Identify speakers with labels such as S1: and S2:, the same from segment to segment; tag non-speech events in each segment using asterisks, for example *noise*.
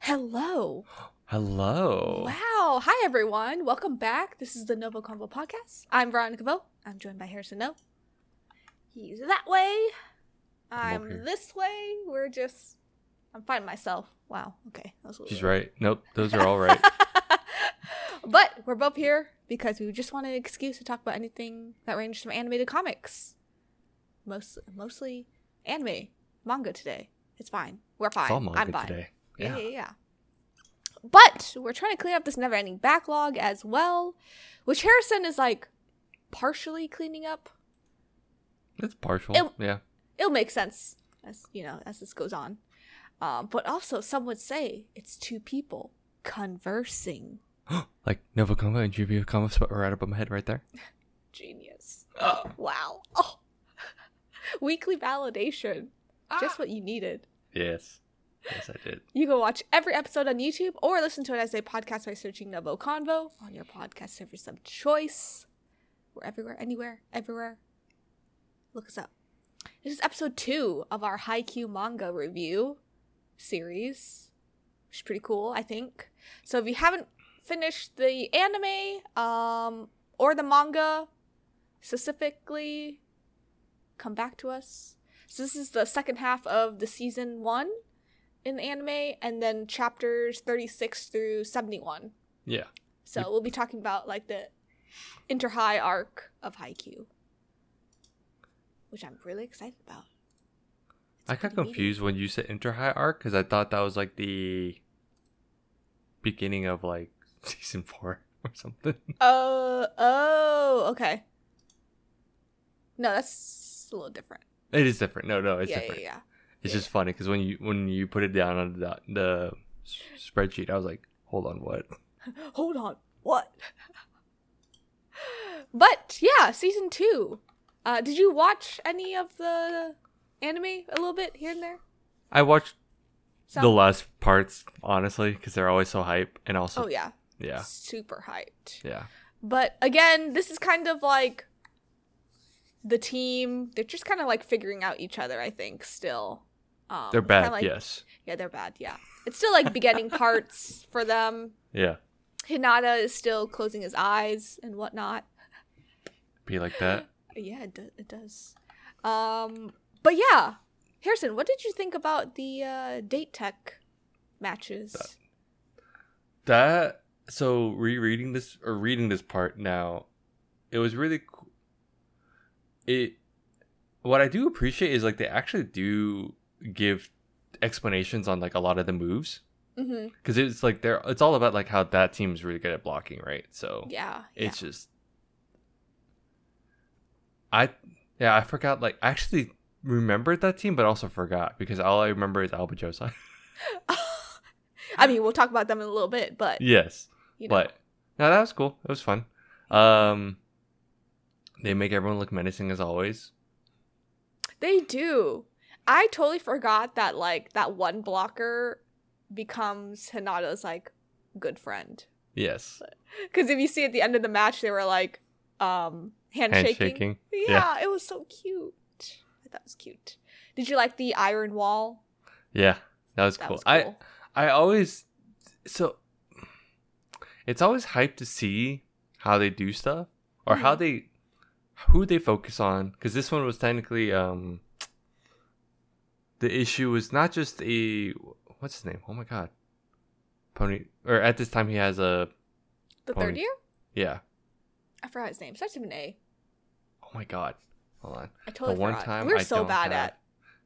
S1: Hello.
S2: Hello.
S1: Wow. Hi, everyone. Welcome back. This is the Novo Convo podcast. I'm Veronica Vo. I'm joined by Harrison No. He's that way.
S2: I'm over here.
S1: I'm this way. We're just. I'm finding myself. Wow. Okay. That was a little
S2: She's
S1: weird.
S2: right. Nope, those are all right.
S1: but we're both here because we just wanted an excuse to talk about anything that ranged from animated comics. Most, mostly anime, manga today. It's fine. We're *laughs* fine.
S2: It's all manga
S1: I'm fine.
S2: today.
S1: Yeah,
S2: Yeah.
S1: yeah, yeah. But we're trying to clean up this never ending backlog as well, which Harrison is like partially cleaning up.
S2: It's partial.
S1: It-
S2: yeah. *gasps*
S1: It'll make sense as you know, as this goes on. Um, but also some would say it's two people conversing.
S2: Like Nova Comma and Juvia Comma spot right above my head right there.
S1: Genius. Wow. *laughs* Oh. Weekly validation. Just what you needed.
S2: Yes. Yes, I did.
S1: You can watch every episode on YouTube or listen to it as a podcast by searching Novo Convo on your podcast service of choice. We're everywhere, anywhere, everywhere. Look us up. This is episode two of our Haikyuu manga review series, which is pretty cool, I think. So if you haven't finished the anime um, or the manga specifically, come back to us. So this is the second half of the season one in the anime, and then chapters 36 through 71.
S2: Yeah.
S1: So we'll be talking about like the inter-high arc of Haikyuu, which I'm really excited about. It's
S2: I got
S1: pretty meaty.
S2: confused when you said inter high arc because I thought that was like the beginning of like *laughs* season four or something. *laughs*
S1: Oh, oh, okay. No, that's a little different.
S2: It is different. No, no, it's
S1: yeah,
S2: different.
S1: yeah, yeah.
S2: It's
S1: yeah.
S2: just funny because when you when you put it down on the, the s- spreadsheet, I was like, hold on, what?
S1: *laughs* hold on what *laughs* but yeah season two uh did you watch any of the anime a little bit here and there
S2: I watched
S1: Some-
S2: the last parts honestly because they're always so hype and also
S1: oh yeah.
S2: yeah
S1: super hyped
S2: yeah
S1: but again this is kind of like the team they're just kind of like figuring out each other i think still um,
S2: they're
S1: it's kinda
S2: bad
S1: like-
S2: yes
S1: yeah they're bad yeah it's still like beginning
S2: *laughs*
S1: parts for them
S2: yeah
S1: hinata is still closing his eyes and whatnot
S2: be like that
S1: Yeah, it, do- it does. Um, but yeah, Harrison, what did you think about the uh, date tech matches?
S2: That- *gasps* that so rereading this or reading this part now it was really cool it what i do appreciate is like they actually do give explanations on like a lot of the moves
S1: hmm
S2: because it's like they're it's all about like how that team is really good at blocking right so
S1: Yeah, yeah.
S2: it's just i yeah i forgot like I actually remembered that team but also forgot because all i remember is alba *laughs* josiah
S1: *laughs* I mean, we'll talk about them in a little bit, but
S2: yes
S1: you know,
S2: but no that was cool it was fun um they make everyone look menacing as always
S1: they do. I totally forgot that like that one blocker becomes Hinata's like good friend
S2: yes
S1: because if you see at the end of the match, they were like um handshaking.
S2: handshaking
S1: Yeah, it was so cute. I thought it was cute. Did you like the iron wall?
S2: yeah that was
S1: That
S2: cool
S1: was cool.
S2: i I always so it's always hype to see how they do stuff or how
S1: Mhm.
S2: they who they focus on because this one was technically um the issue was not just a what's his name oh my god pony or at this time he has a
S1: The
S2: Pony.
S1: third year?
S2: yeah
S1: I forgot his name. Starts with an A.
S2: oh my god hold on
S1: I totally
S2: the one
S1: forgot.
S2: time
S1: We're
S2: I
S1: so
S2: don't
S1: bad
S2: have-
S1: at.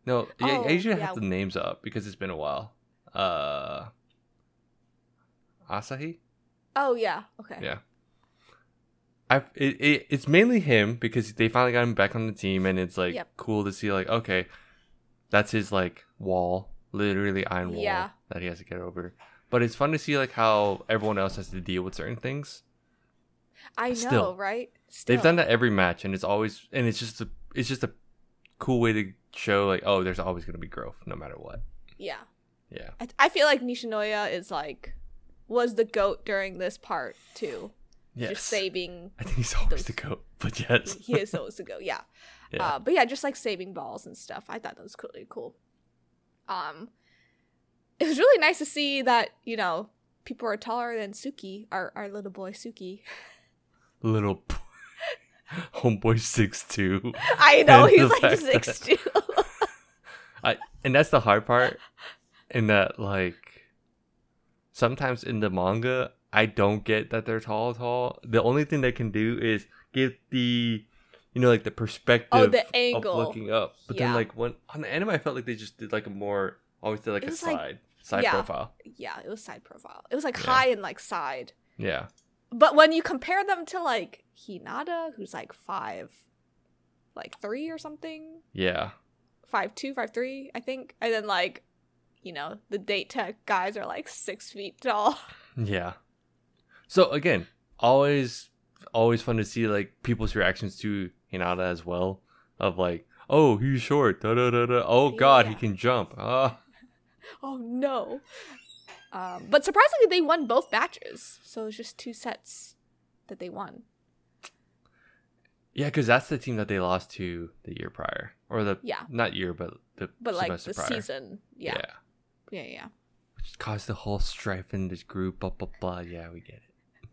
S2: no yeah,
S1: Oh,
S2: I usually
S1: yeah.
S2: have the names up because it's been a while uh Asahi
S1: Oh yeah. Okay.
S2: Yeah. I it, it it's mainly him because they finally got him back on the team, and it's like
S1: Yep.
S2: cool to see like okay, that's his like wall, literally iron wall
S1: Yeah.
S2: that he has to get over. But it's fun to see like how everyone else has to deal with certain things.
S1: I know,
S2: Still.
S1: right? Still.
S2: They've done that every match, and it's always and it's just a it's just a cool way to show like oh, there's always gonna be growth no matter what.
S1: Yeah.
S2: Yeah,
S1: I, I feel like Nishinoya is like was the goat during this part too.
S2: yes.
S1: Just
S2: *laughs*
S1: saving.
S2: I think he's always
S1: those-
S2: the goat, but yes,
S1: He is always the goat. Yeah.
S2: yeah,
S1: Uh, but yeah, just like saving balls and stuff. I thought that was really cool. Um, it was really nice to see that you know people are taller than Suki, our our little boy Suki. *laughs*
S2: Little *laughs* boy. homeboy six two,
S1: I know
S2: And the
S1: he's like
S2: fact
S1: six two.
S2: that- *laughs* and that's the hard part. In that, like, sometimes in the manga, I don't get that they're tall. Tall. The only thing they can do is give the, you know, like the perspective.
S1: *laughs* Oh, the
S2: of
S1: angle.
S2: looking up. But
S1: Yeah.
S2: then like when on the anime, I felt like they just did like a more always did like
S1: It
S2: a
S1: was, like-
S2: side side
S1: yeah.
S2: profile.
S1: yeah, it was side profile. It was like
S2: Yeah.
S1: high and like side.
S2: Yeah,
S1: But when you compare them to like Hinata, who's like five, like three or something,
S2: yeah,
S1: five two, five three, I think, and then like, you know, the date tech guys are like six feet tall. *laughs*
S2: yeah. So again, always always fun to see like people's reactions to Hinata as well. Of like, oh, he's short. Da da da da. Oh God, he
S1: Yeah.
S2: can jump. Ah,
S1: Oh no! Um, but surprisingly, they won both matches, so it's just two sets that they won.
S2: yeah, because that's the team that they lost to the year prior, or the
S1: Yeah,
S2: not year, but the
S1: but like
S2: semester
S1: the
S2: prior.
S1: season, yeah, yeah, yeah. yeah.
S2: which caused the whole strife in this group. Blah blah blah. Yeah, we get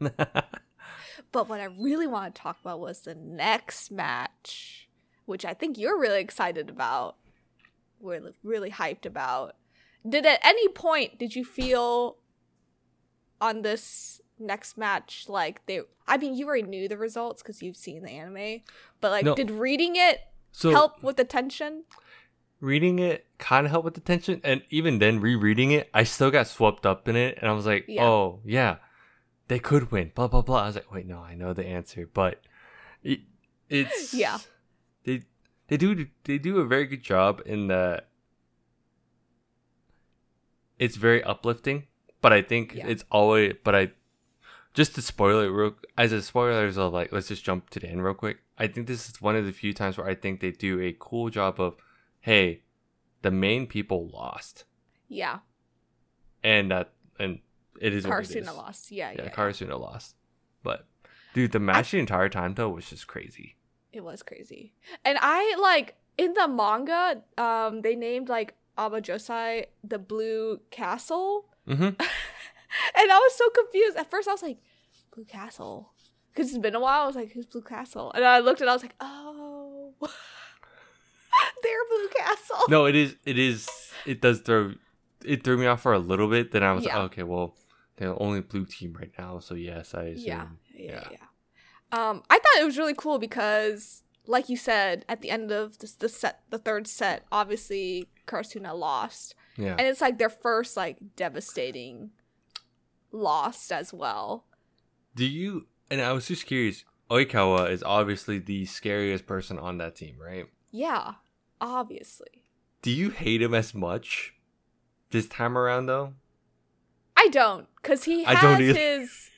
S2: it. *laughs*
S1: But what I really want to talk about was the next match, which I think you're really excited about. We're li- really hyped about. Did at any point did you feel on this next match like they? I mean, you already knew the results because you've seen the anime, but like,
S2: No.
S1: did reading it
S2: so
S1: help with the tension?
S2: reading it kind of helped with the tension and even then rereading it i still got swept up in it and i was like
S1: Yeah.
S2: oh yeah they could win blah blah blah i was like wait no i know the answer but it,
S1: *laughs*
S2: it's
S1: Yeah.
S2: they they do they do a very good job in that it's very uplifting but i think
S1: Yeah.
S2: it's always but i just to spoil it real as a spoiler of like let's just jump to the end real quick i think this is one of the few times where i think they do a cool job of hey the main people lost
S1: Yeah,
S2: and that and it is what it is.
S1: Karasuna lost. Yeah, yeah,
S2: yeah,
S1: yeah.
S2: Karasuna lost but dude the match the entire time though was just crazy
S1: It was crazy. And I like in the manga, um, they named like Aba Josai the Blue Castle.
S2: mm-hmm.
S1: Oh. And I was so confused. At first I was like, Blue Castle. Because it's been a while, I was like, who's Blue Castle? And I looked and I was like, oh *laughs* they're Blue Castle.
S2: no it is it is it does throw it threw me off for a little bit then i was
S1: Yeah.
S2: like okay well they're the only blue team right now so yes i assume
S1: yeah, yeah,
S2: Yeah.
S1: yeah. Um, I thought it was really cool because, like you said, at the end of this, the set, the third set, obviously Karasuna lost,
S2: yeah
S1: and it's like their first like devastating loss as well.
S2: do you and i was just curious oikawa is obviously the scariest person on that team right
S1: Yeah, obviously.
S2: do you hate him as much this time around though
S1: I don't, cause he
S2: I
S1: has
S2: don't either.
S1: his,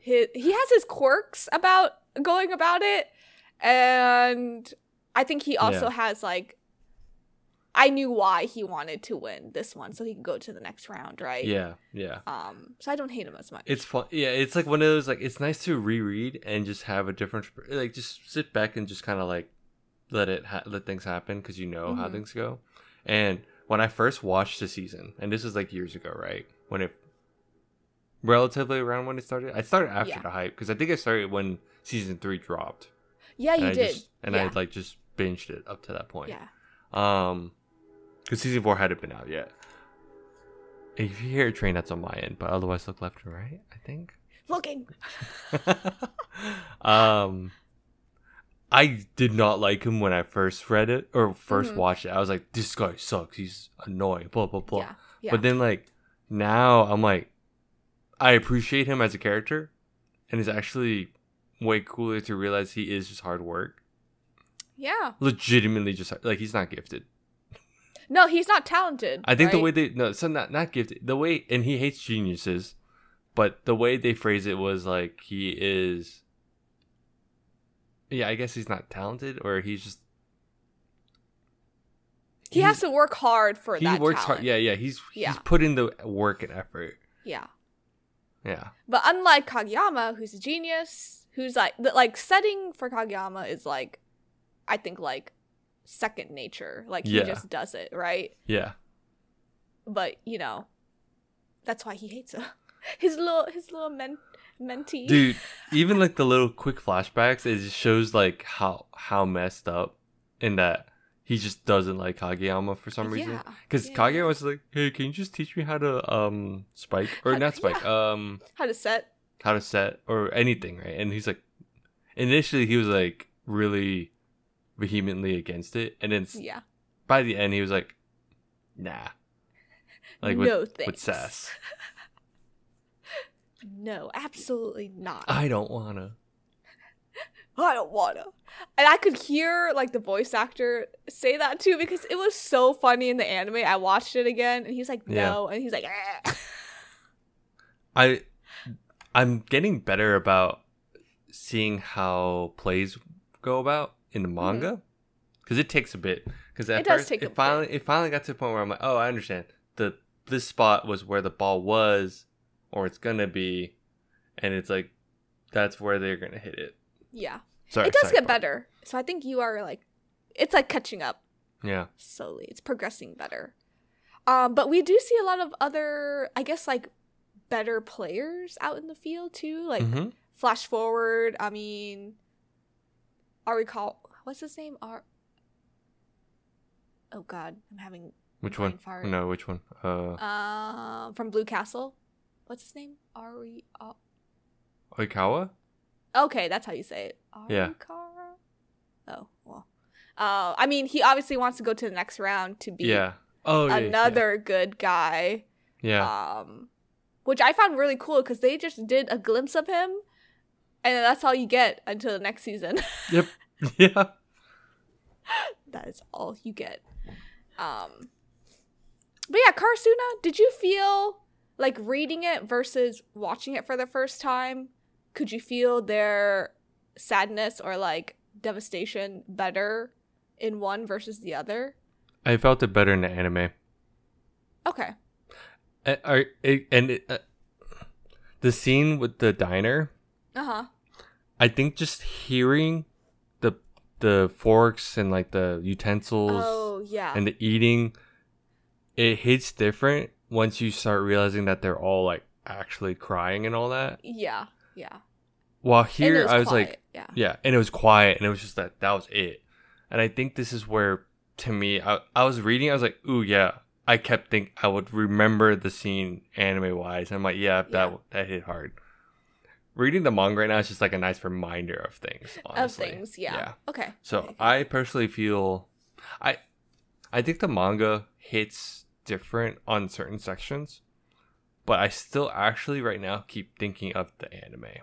S1: his he has his quirks about going about it, and I think he also
S2: Yeah.
S1: has like. I knew why he wanted to win this one, so he can go to the next round, right?
S2: yeah yeah
S1: Um. So I don't hate him as much.
S2: it's fun yeah it's like one of those like it's nice to reread and just have a different like just sit back and just kind of like let it ha- let things happen because you know how
S1: Mhm.
S2: things go and when i first watched the season and this was like years ago right when it relatively around when it started i started after
S1: Yeah.
S2: the hype because i think i started when season three dropped
S1: yeah, Oh, you
S2: and i
S1: did.
S2: just and
S1: yeah.
S2: i like just binged it up to that point
S1: yeah.
S2: um, because season four hadn't been out yet. If you hear a train, that's on my end, but otherwise look left and right. I think.
S1: Looking.
S2: *laughs* um, I did not like him when I first read it or 1st
S1: Mhm.
S2: watched it. I was like, this guy sucks. He's annoying. Blah blah blah.
S1: Yeah. Yeah.
S2: But then like now I'm like, I appreciate him as a character, and it's actually way cooler to realize he is just hard work.
S1: yeah.
S2: Legitimately, just like he's not gifted.
S1: No, he's not talented.
S2: I think the
S1: right?
S2: way they no, so not not gifted. The way and he hates geniuses, but the way they phrase it was like he is. Yeah, I guess he's not talented, or he's just.
S1: he
S2: he's-
S1: has to work hard for
S2: He
S1: that.
S2: works
S1: talent.
S2: hard. Yeah, yeah. He's
S1: Yeah.
S2: he's put in the work and effort.
S1: Yeah.
S2: Yeah,
S1: But unlike Kageyama, who's a genius, who's like the like setting for Kageyama is like, I think like second nature. Like he *laughs*
S2: Yeah.
S1: just does it right.
S2: yeah.
S1: but you know, that's why he hates *laughs* him. His little his little men- mentee.
S2: dude even like the little quick flashbacks it just shows like how how messed up in that he just doesn't like kageyama for some reason
S1: Yeah,
S2: because
S1: yeah.
S2: kageyama was like hey can you just teach me how to um spike or
S1: How-
S2: not spike um
S1: How to set?
S2: how to set or anything right and he's like initially he was like really vehemently against it and then s-
S1: Yeah.
S2: by the end he was like nah like with,
S1: no thanks.
S2: with sass
S1: No, absolutely not.
S2: i don't wanna
S1: *laughs* I don't wanna. And I could hear like the voice actor say that too because it was so funny in the anime. I watched it again and he's like,
S2: Yeah.
S1: no, and he's like, *laughs* "Ah."
S2: I I'm getting better about seeing how plays go about in the manga because it takes a bit. Because at
S1: Mm-hmm. It does
S2: first,
S1: take a
S2: it finally it finally got to the point where I'm like, oh, I understand. The this spot was where the ball was, or it's gonna be, and it's like that's where they're gonna hit it.
S1: yeah.
S2: Sorry,
S1: it does
S2: sidebar.
S1: get better. So I think you are like, it's like catching up
S2: Yeah,
S1: slowly. It's progressing better. Um, but we do see a lot of other, I guess, like better players out in the field too. Like
S2: Mhm.
S1: flash forward. I mean, are we call what's his name? Are oh god, I'm having
S2: which
S1: brain
S2: one?
S1: fart.
S2: No, which one? Uh,
S1: Um, from Blue Castle. What's his name? Ari. Ar-
S2: Oikawa.
S1: okay, that's how you say it.
S2: Yeah.
S1: Arikara? Oh well. Uh, I mean, he obviously wants to go to the next round to be
S2: Yeah. Oh, yeah, yeah, yeah.
S1: another good guy.
S2: Yeah.
S1: um which i found really cool because they just did a glimpse of him and that's all you get until the next season *laughs*
S2: yeah. *laughs*
S1: that is all you get um but yeah karasuna did you feel like reading it versus watching it for the first time could you feel their sadness or like devastation better in one versus the other
S2: I felt it better in the anime.
S1: okay
S2: And, Uh, are, it, and it, uh, the scene with the diner,
S1: uh-huh
S2: I think just hearing the the forks and like the utensils
S1: oh yeah
S2: and the eating, it hits different once you start realizing that they're all like actually crying and all that.
S1: yeah yeah
S2: While
S1: And it
S2: here, I was like,
S1: quiet, yeah
S2: yeah, and it was quiet, and it was just that that was it. And I think this is where, to me, I, I was reading, I was like, ooh, yeah. I kept think I would remember the scene anime wise. I'm like, yeah, that
S1: Yeah.
S2: that hit hard. Reading the manga right now is just like a nice reminder of things. Honestly.
S1: of things yeah,
S2: Yeah.
S1: okay
S2: So
S1: Okay.
S2: I personally feel, I, I think the manga hits different on certain sections, but I still actually right now keep thinking of the anime,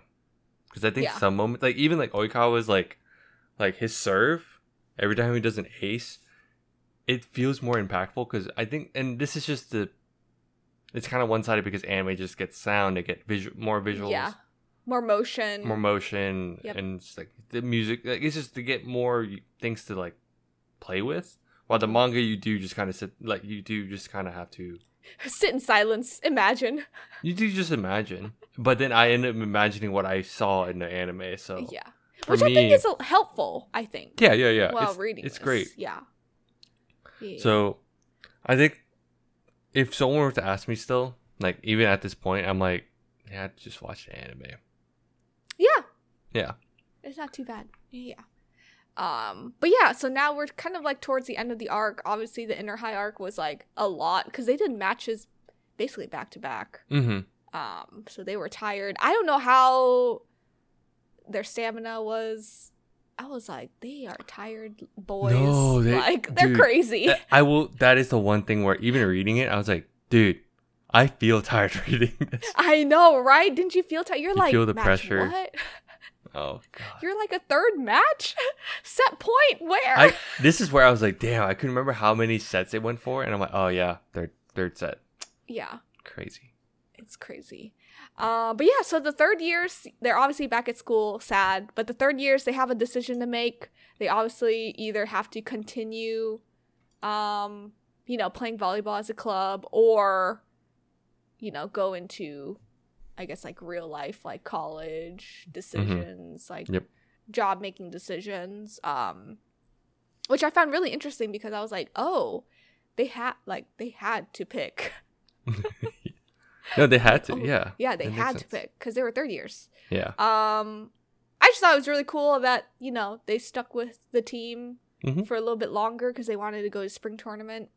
S2: because I think
S1: Yeah.
S2: some moments, like even like Oikawa's like, like his serve, every time he does an ace, it feels more impactful. Because I think, and this is just the, it's kind of one sided because anime just gets sound, they get visual, more visuals,
S1: Yeah. More motion.
S2: more motion
S1: Mm. Yep.
S2: and just like the music like it's just to get more things to like play with while the manga you do just kind of sit like you do just kind of have to
S1: Sit in silence. Imagine.
S2: you do just imagine but then i end up imagining what i saw in the anime so
S1: yeah.
S2: for
S1: Which I think
S2: me-
S1: is a- helpful, I think.
S2: yeah yeah yeah
S1: while
S2: it's,
S1: reading
S2: it's
S1: this.
S2: great
S1: Yeah. Yeah.
S2: so i think if someone were to ask me still like even at this point i'm like yeah just watch the anime
S1: Yeah.
S2: Yeah.
S1: It's not too bad. Yeah. Um, but yeah, so now we're kind of like towards the end of the arc. Obviously, the inner high arc was like a lot because they did matches basically back to back.
S2: mm-hmm
S1: Um, so they were tired. I don't know how their stamina was. I was like, they are tired boys.
S2: No, they-
S1: like they're
S2: dude,
S1: crazy.
S2: Th- I will. That is the one thing where even reading it, I was like, dude, I feel *laughs* tired reading this.
S1: *laughs* I know, right? Didn't you feel tired? You're
S2: You
S1: like,
S2: feel the
S1: match
S2: pressure."
S1: What?
S2: Oh god.
S1: You're like a third match *laughs* set point. Where?
S2: I this is where I was like, damn, I couldn't remember how many sets it went for, and I'm like, oh yeah, third third set,
S1: yeah,
S2: crazy.
S1: it's crazy. Uh, but yeah, so the third years, they're obviously back at school, sad. But the third years, they have a decision to make. They obviously either have to continue, um, you know, playing volleyball as a club, or, you know, go into, I guess, like real life, like college decisions, like
S2: Yep.
S1: job making decisions. Um, which I found really interesting because I was like, oh, they had like they had to pick.
S2: No, they had to.
S1: Oh,
S2: yeah.
S1: Yeah, they
S2: That makes
S1: had to
S2: sense.
S1: pick because they were third years.
S2: Yeah.
S1: Um, I just thought it was really cool that you know they stuck with the team
S2: Mhm.
S1: for a little bit longer because they wanted to go to spring tournament.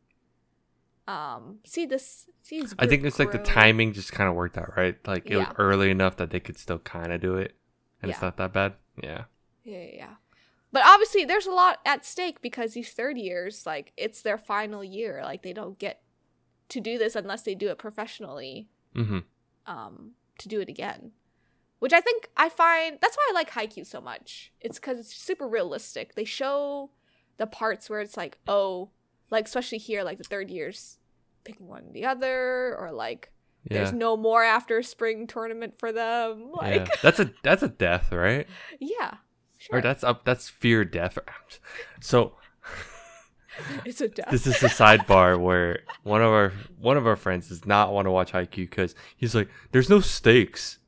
S1: Um, see this. See this
S2: I think
S1: group
S2: it's like the
S1: grow.
S2: timing just kind of worked out, right? Like it was
S1: Yeah.
S2: early enough that they could still kind of do it, and it's
S1: Yeah.
S2: not that bad. Yeah.
S1: Yeah, yeah, yeah. But obviously, there's a lot at stake because these third years, like it's their final year. Like they don't get to do this unless they do it professionally.
S2: Mm-hmm.
S1: um, to do it again. Which I think I find that's why I like Haikyuu so much. It's because it's super realistic. They show the parts where it's like, oh, like especially here, like the third years picking one or the other, or like
S2: Yeah.
S1: there's no more after spring tournament for them. *laughs* Like,
S2: yeah. That's a that's a death, right?
S1: yeah, sure,
S2: Or that's up. That's fear death. *laughs* So
S1: *laughs* it's a death.
S2: this is a sidebar where one of our one of our friends does not want to watch IQ because he's like, "There's no stakes,"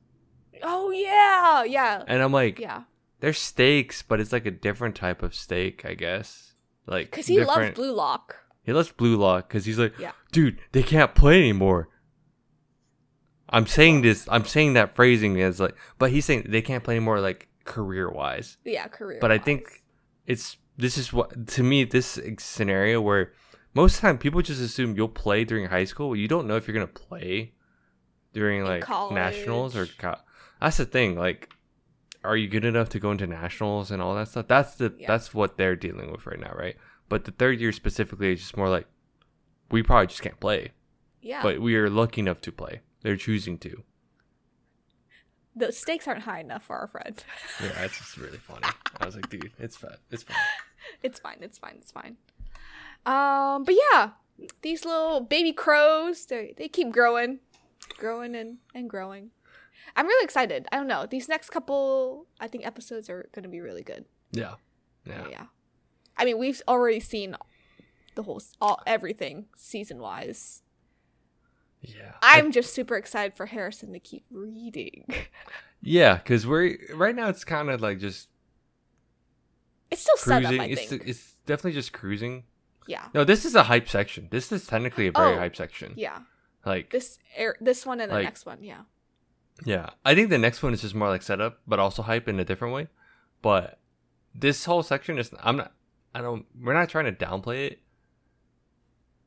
S1: oh yeah, yeah,
S2: and I'm like,
S1: yeah.
S2: "There's stakes, but it's like a different type of stake, I guess." Like
S1: Because he loves
S2: different-
S1: Blue Lock.
S2: He loves Blue Lock because he's like,
S1: Yeah.
S2: dude, they can't play anymore. I'm saying this, I'm saying that phrasing as like, but he's saying they can't play anymore, like career wise.
S1: Yeah, career.
S2: But I think it's this is what to me this scenario where most of the time people just assume you'll play during high school. You don't know if you're gonna play during
S1: In
S2: like nationals or
S1: college.
S2: co- that's the thing. Like, are you good enough to go into nationals and all that stuff? That's the
S1: Yeah.
S2: that's what they're dealing with right now, right? But the third year specifically is just more like we probably just can't play,
S1: yeah,
S2: but we are lucky enough to play. They're choosing to.
S1: the stakes aren't high enough for our friend.
S2: Yeah, that's just really funny. I was like, dude, it's fat. It's fine.
S1: It's fine. It's fine. It's fine. Um, but yeah, these little baby crows, they they keep growing, growing and and growing. I'm really excited. I don't know. These next couple, I think episodes are going to be really good.
S2: Yeah. Yeah.
S1: Yeah. I mean, we've already seen the whole s- all everything season wise.
S2: Yeah.
S1: I'm just super excited for Harrison to keep reading. *laughs*
S2: Yeah, because we're right now. It's kind of like just
S1: It's still
S2: cruising.
S1: set up, I
S2: it's
S1: think.
S2: it's definitely just cruising.
S1: yeah.
S2: No, this is a hype section. This is technically a very
S1: Oh,
S2: hype section.
S1: Yeah.
S2: Like
S1: This air, this one and the
S2: Like-
S1: next one. Yeah.
S2: yeah, I think the next one is just more like setup, but also hype in a different way. But this whole section is I'm not. I don't. We're not trying to downplay it.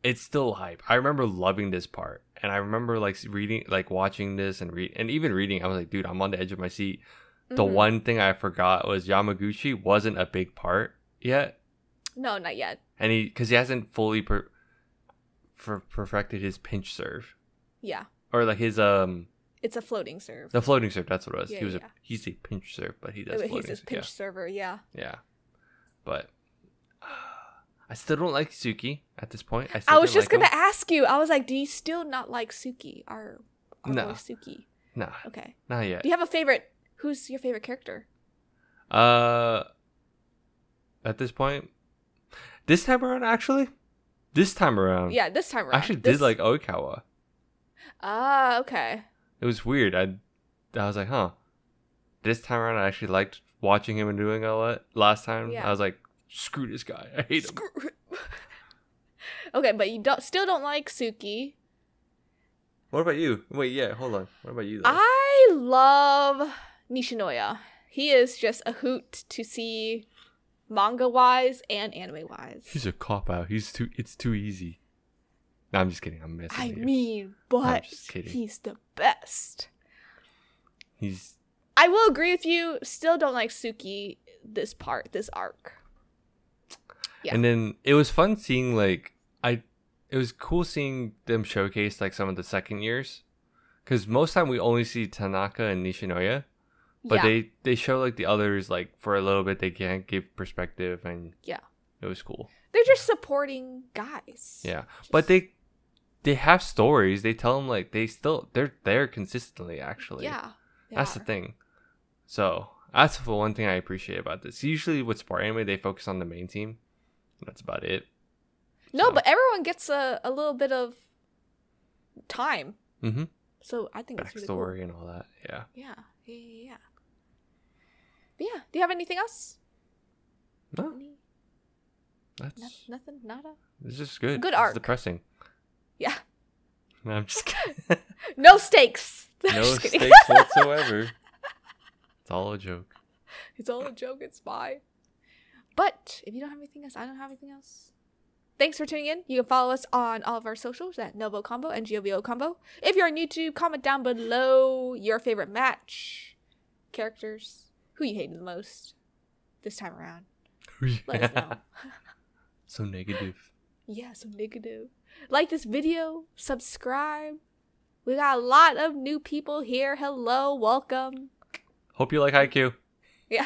S2: It's still hype. I remember loving this part, and I remember like reading, like watching this, and read, and even reading. I was like, dude, I'm on the edge of my seat. The
S1: Mhm.
S2: one thing I forgot was Yamaguchi wasn't a big part yet.
S1: No, not yet.
S2: and he because he hasn't fully per, for perfected his pinch serve
S1: Yeah.
S2: or like his um
S1: It's a floating serve.
S2: the floating serve. That's what it was.
S1: Yeah,
S2: he was a
S1: yeah.
S2: he's a pinch serve, but he
S1: Uh,
S2: does floating.
S1: He's his
S2: serve.
S1: pinch server, yeah.
S2: Yeah, yeah. But *sighs* I still don't like Suki at this point. I, still
S1: I was
S2: don't
S1: just
S2: like
S1: gonna ask you. I was like, do you still not like Suki? Our, our
S2: No.
S1: boy Suki.
S2: him. Nah,
S1: Okay.
S2: not yet.
S1: Do you have a favorite? Who's your favorite character?
S2: Uh, at this point, this time around, actually, this time around,
S1: yeah, this time
S2: Um, I
S1: around.
S2: actually
S1: this...
S2: did like Okawa.
S1: Ah, okay.
S2: it was weird. I I was like, huh. This time around, I actually liked watching him and doing all that. Last time,
S1: Yeah.
S2: I was like, screw this guy. *laughs* I hate him.
S1: Screw *laughs* it. okay, but you don't still don't like Suki.
S2: What about you? Wait, yeah, hold on. What about you? Though?
S1: I love Nishinoya. He is just a hoot to see, manga wise and anime wise.
S2: He's a cop out. He's too. It's too easy. No, I'm just kidding. I'm messing
S1: I
S2: with you.
S1: mean, but
S2: just kidding.
S1: he's the best.
S2: He's
S1: I will agree with you. Still don't like Suki this part, this arc. Yeah.
S2: and then it was fun seeing like I. It was cool seeing them showcase like some of the second years, because most time we only see Tanaka and Nishinoya. but
S1: yeah.
S2: they they show like the others like for a little bit they can't give perspective and
S1: Yeah.
S2: it was cool
S1: They're just supporting guys.
S2: yeah but they they have stories they tell them like they still they're there consistently actually
S1: Yeah. they
S2: that's the
S1: are.
S2: thing so that's the one thing i appreciate about this usually with sport anime they focus on the main team that's about it
S1: No,
S2: so.
S1: but everyone gets a, a little bit of time.
S2: mm-hmm
S1: So I think it's really cool.
S2: backstory and all that yeah
S1: Yeah. Yeah, yeah, yeah. But yeah. Do you have anything else?
S2: no
S1: Any,
S2: that's
S1: no, nothing? Nada?
S2: It's just good.
S1: Good
S2: it's
S1: arc.
S2: depressing.
S1: Yeah.
S2: *laughs* No,
S1: *laughs*
S2: I'm just kidding.
S1: No stakes. *laughs*
S2: no
S1: Just kidding.
S2: stakes whatsoever.
S1: *laughs*
S2: It's all a joke.
S1: It's all a joke. It's fine. But if you don't have anything else, I don't have anything else. Thanks for tuning in. You can follow us on all of our socials at Novo Combo and GOBO Combo. If you're on YouTube, comment down below your favorite match, characters, who you hated the most this time around.
S2: *laughs*
S1: Let us know.
S2: so negative.
S1: Yeah, so negative. Like this video, subscribe. We got a lot of new people here. Hello, welcome.
S2: Hope you like IQ
S1: Yeah.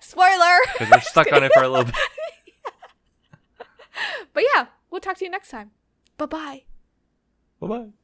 S1: Spoiler! *laughs*
S2: because we're stuck on it for a little bit.
S1: But yeah, we'll talk to you next time. Bye bye.
S2: Bye bye.